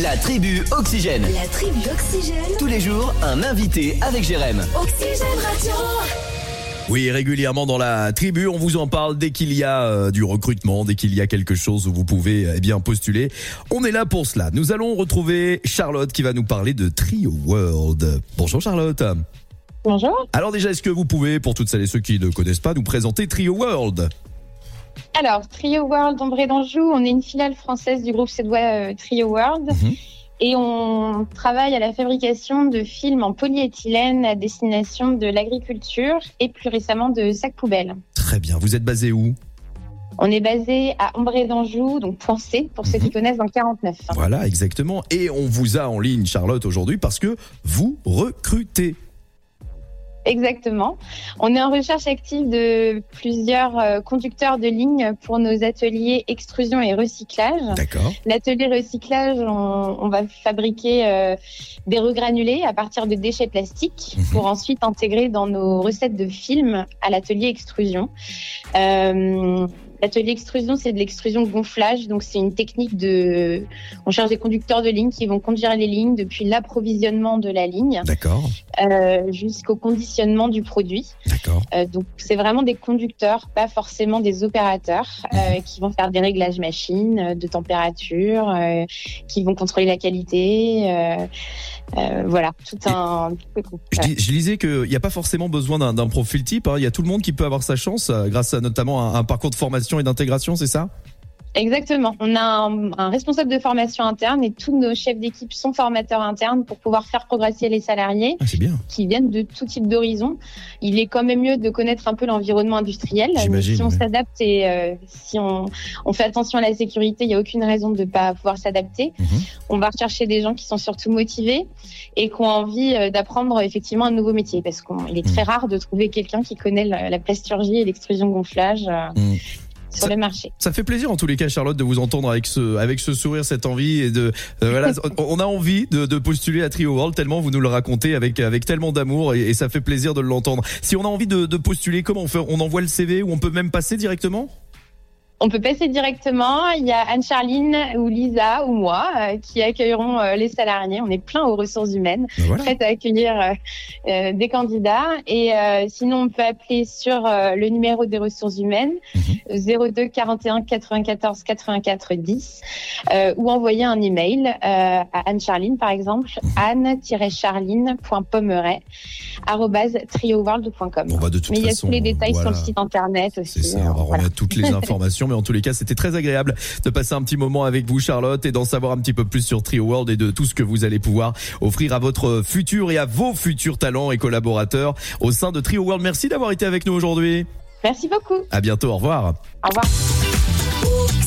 La tribu Oxygène. La tribu Oxygène. Tous les jours, un invité avec Jérém. Oxygène Radio. Oui, régulièrement dans la tribu, on vous en parle dès qu'il y a euh, du recrutement, dès qu'il y a quelque chose où vous pouvez euh, eh bien postuler. On est là pour cela. Nous allons retrouver Charlotte qui va nous parler de Trio World. Bonjour Charlotte. Bonjour. Alors déjà, est-ce que vous pouvez, pour toutes celles et ceux qui ne connaissent pas, nous présenter Trio World Alors, Trio World Ombré d'Anjou, on est une filiale française du groupe suédois euh, Trio World. Mhm. Et on travaille à la fabrication de films en polyéthylène à destination de l'agriculture et plus récemment de sacs poubelles. Très bien. Vous êtes basé où On est basé à Ombré d'Anjou, donc Point C, pour ceux qui connaissent, dans le 49. Voilà, exactement. Et on vous a en ligne, Charlotte, aujourd'hui parce que vous recrutez. Exactement. On est en recherche active de plusieurs euh, conducteurs de ligne pour nos ateliers extrusion et recyclage. D'accord. L'atelier recyclage, on, on va fabriquer euh, des regranulés à partir de déchets plastiques Mhm. pour ensuite intégrer dans nos recettes de films à l'atelier extrusion. Euh, l'atelier extrusion, c'est de l'extrusion gonflage, donc c'est une technique de. On cherche des conducteurs de ligne qui vont conduire les lignes depuis l'approvisionnement de la ligne D'accord. euh, jusqu'au conditionnement du produit. D'accord. Euh, donc c'est vraiment des conducteurs, pas forcément des opérateurs, Mhm. euh, qui vont faire des réglages machines, euh, de température, euh, qui vont contrôler la qualité. euh, euh, voilà, tout un. tout le groupe. Je, Ouais. dis- je lisais qu'il n'y a pas forcément besoin d'un d'un profil type. hein. Il y a tout le monde qui peut avoir sa chance euh, grâce à notamment un, un parcours de formation et d'intégration, c'est ça Exactement. On a un, un responsable de formation interne et tous nos chefs d'équipe sont formateurs internes pour pouvoir faire progresser les salariés ah, C'est bien. qui viennent de tout type d'horizon. Il est quand même mieux de connaître un peu l'environnement industriel. J'imagine, Si on ouais. s'adapte et euh, si on, on fait attention à la sécurité, il n'y a aucune raison de ne pas pouvoir s'adapter. Mhm. On va rechercher des gens qui sont surtout motivés et qui ont envie euh, d'apprendre effectivement un nouveau métier parce qu'il Mhm. est très rare de trouver quelqu'un qui connaît la, la plasturgie et l'extrusion gonflage euh, Mhm. sur Ça- le marché. Ça fait plaisir en tous les cas, Charlotte, de vous entendre avec ce, avec ce sourire, cette envie. Et de, euh, voilà, on on a envie de, de postuler à Trio World tellement vous nous le racontez avec, avec tellement d'amour et, et ça fait plaisir de l'entendre. Si on a envie de, de postuler, comment on fait On envoie le CV ou on peut même passer directement On peut passer directement. Il y a Anne-Charline ou Lisa ou moi euh, qui accueilleront euh, les salariés. On est plein aux ressources humaines. Ben prête à accueillir euh, euh, des candidats. Et euh, sinon, on peut appeler sur euh, le numéro des ressources humaines, Mhm. euh, 02 41 94 84 10, euh, ou envoyer un email euh, à Anne-Charline, par exemple, Mhm. anne-charline.pommeret, trioworld.com. Bon, bah, de toute Mais il y a façon, tous les détails voilà. sur le site internet aussi. C'est ça, on va euh, voilà. remettre toutes les informations, mais en tous les cas, c'était très agréable de passer un petit moment avec vous, Charlotte, et d'en savoir un petit peu plus sur Trio World et de tout ce que vous allez pouvoir offrir à votre futur et à vos futurs talents et collaborateurs au sein de Trio World. Merci d'avoir été avec nous aujourd'hui. Merci beaucoup. À bientôt, au revoir. Au revoir.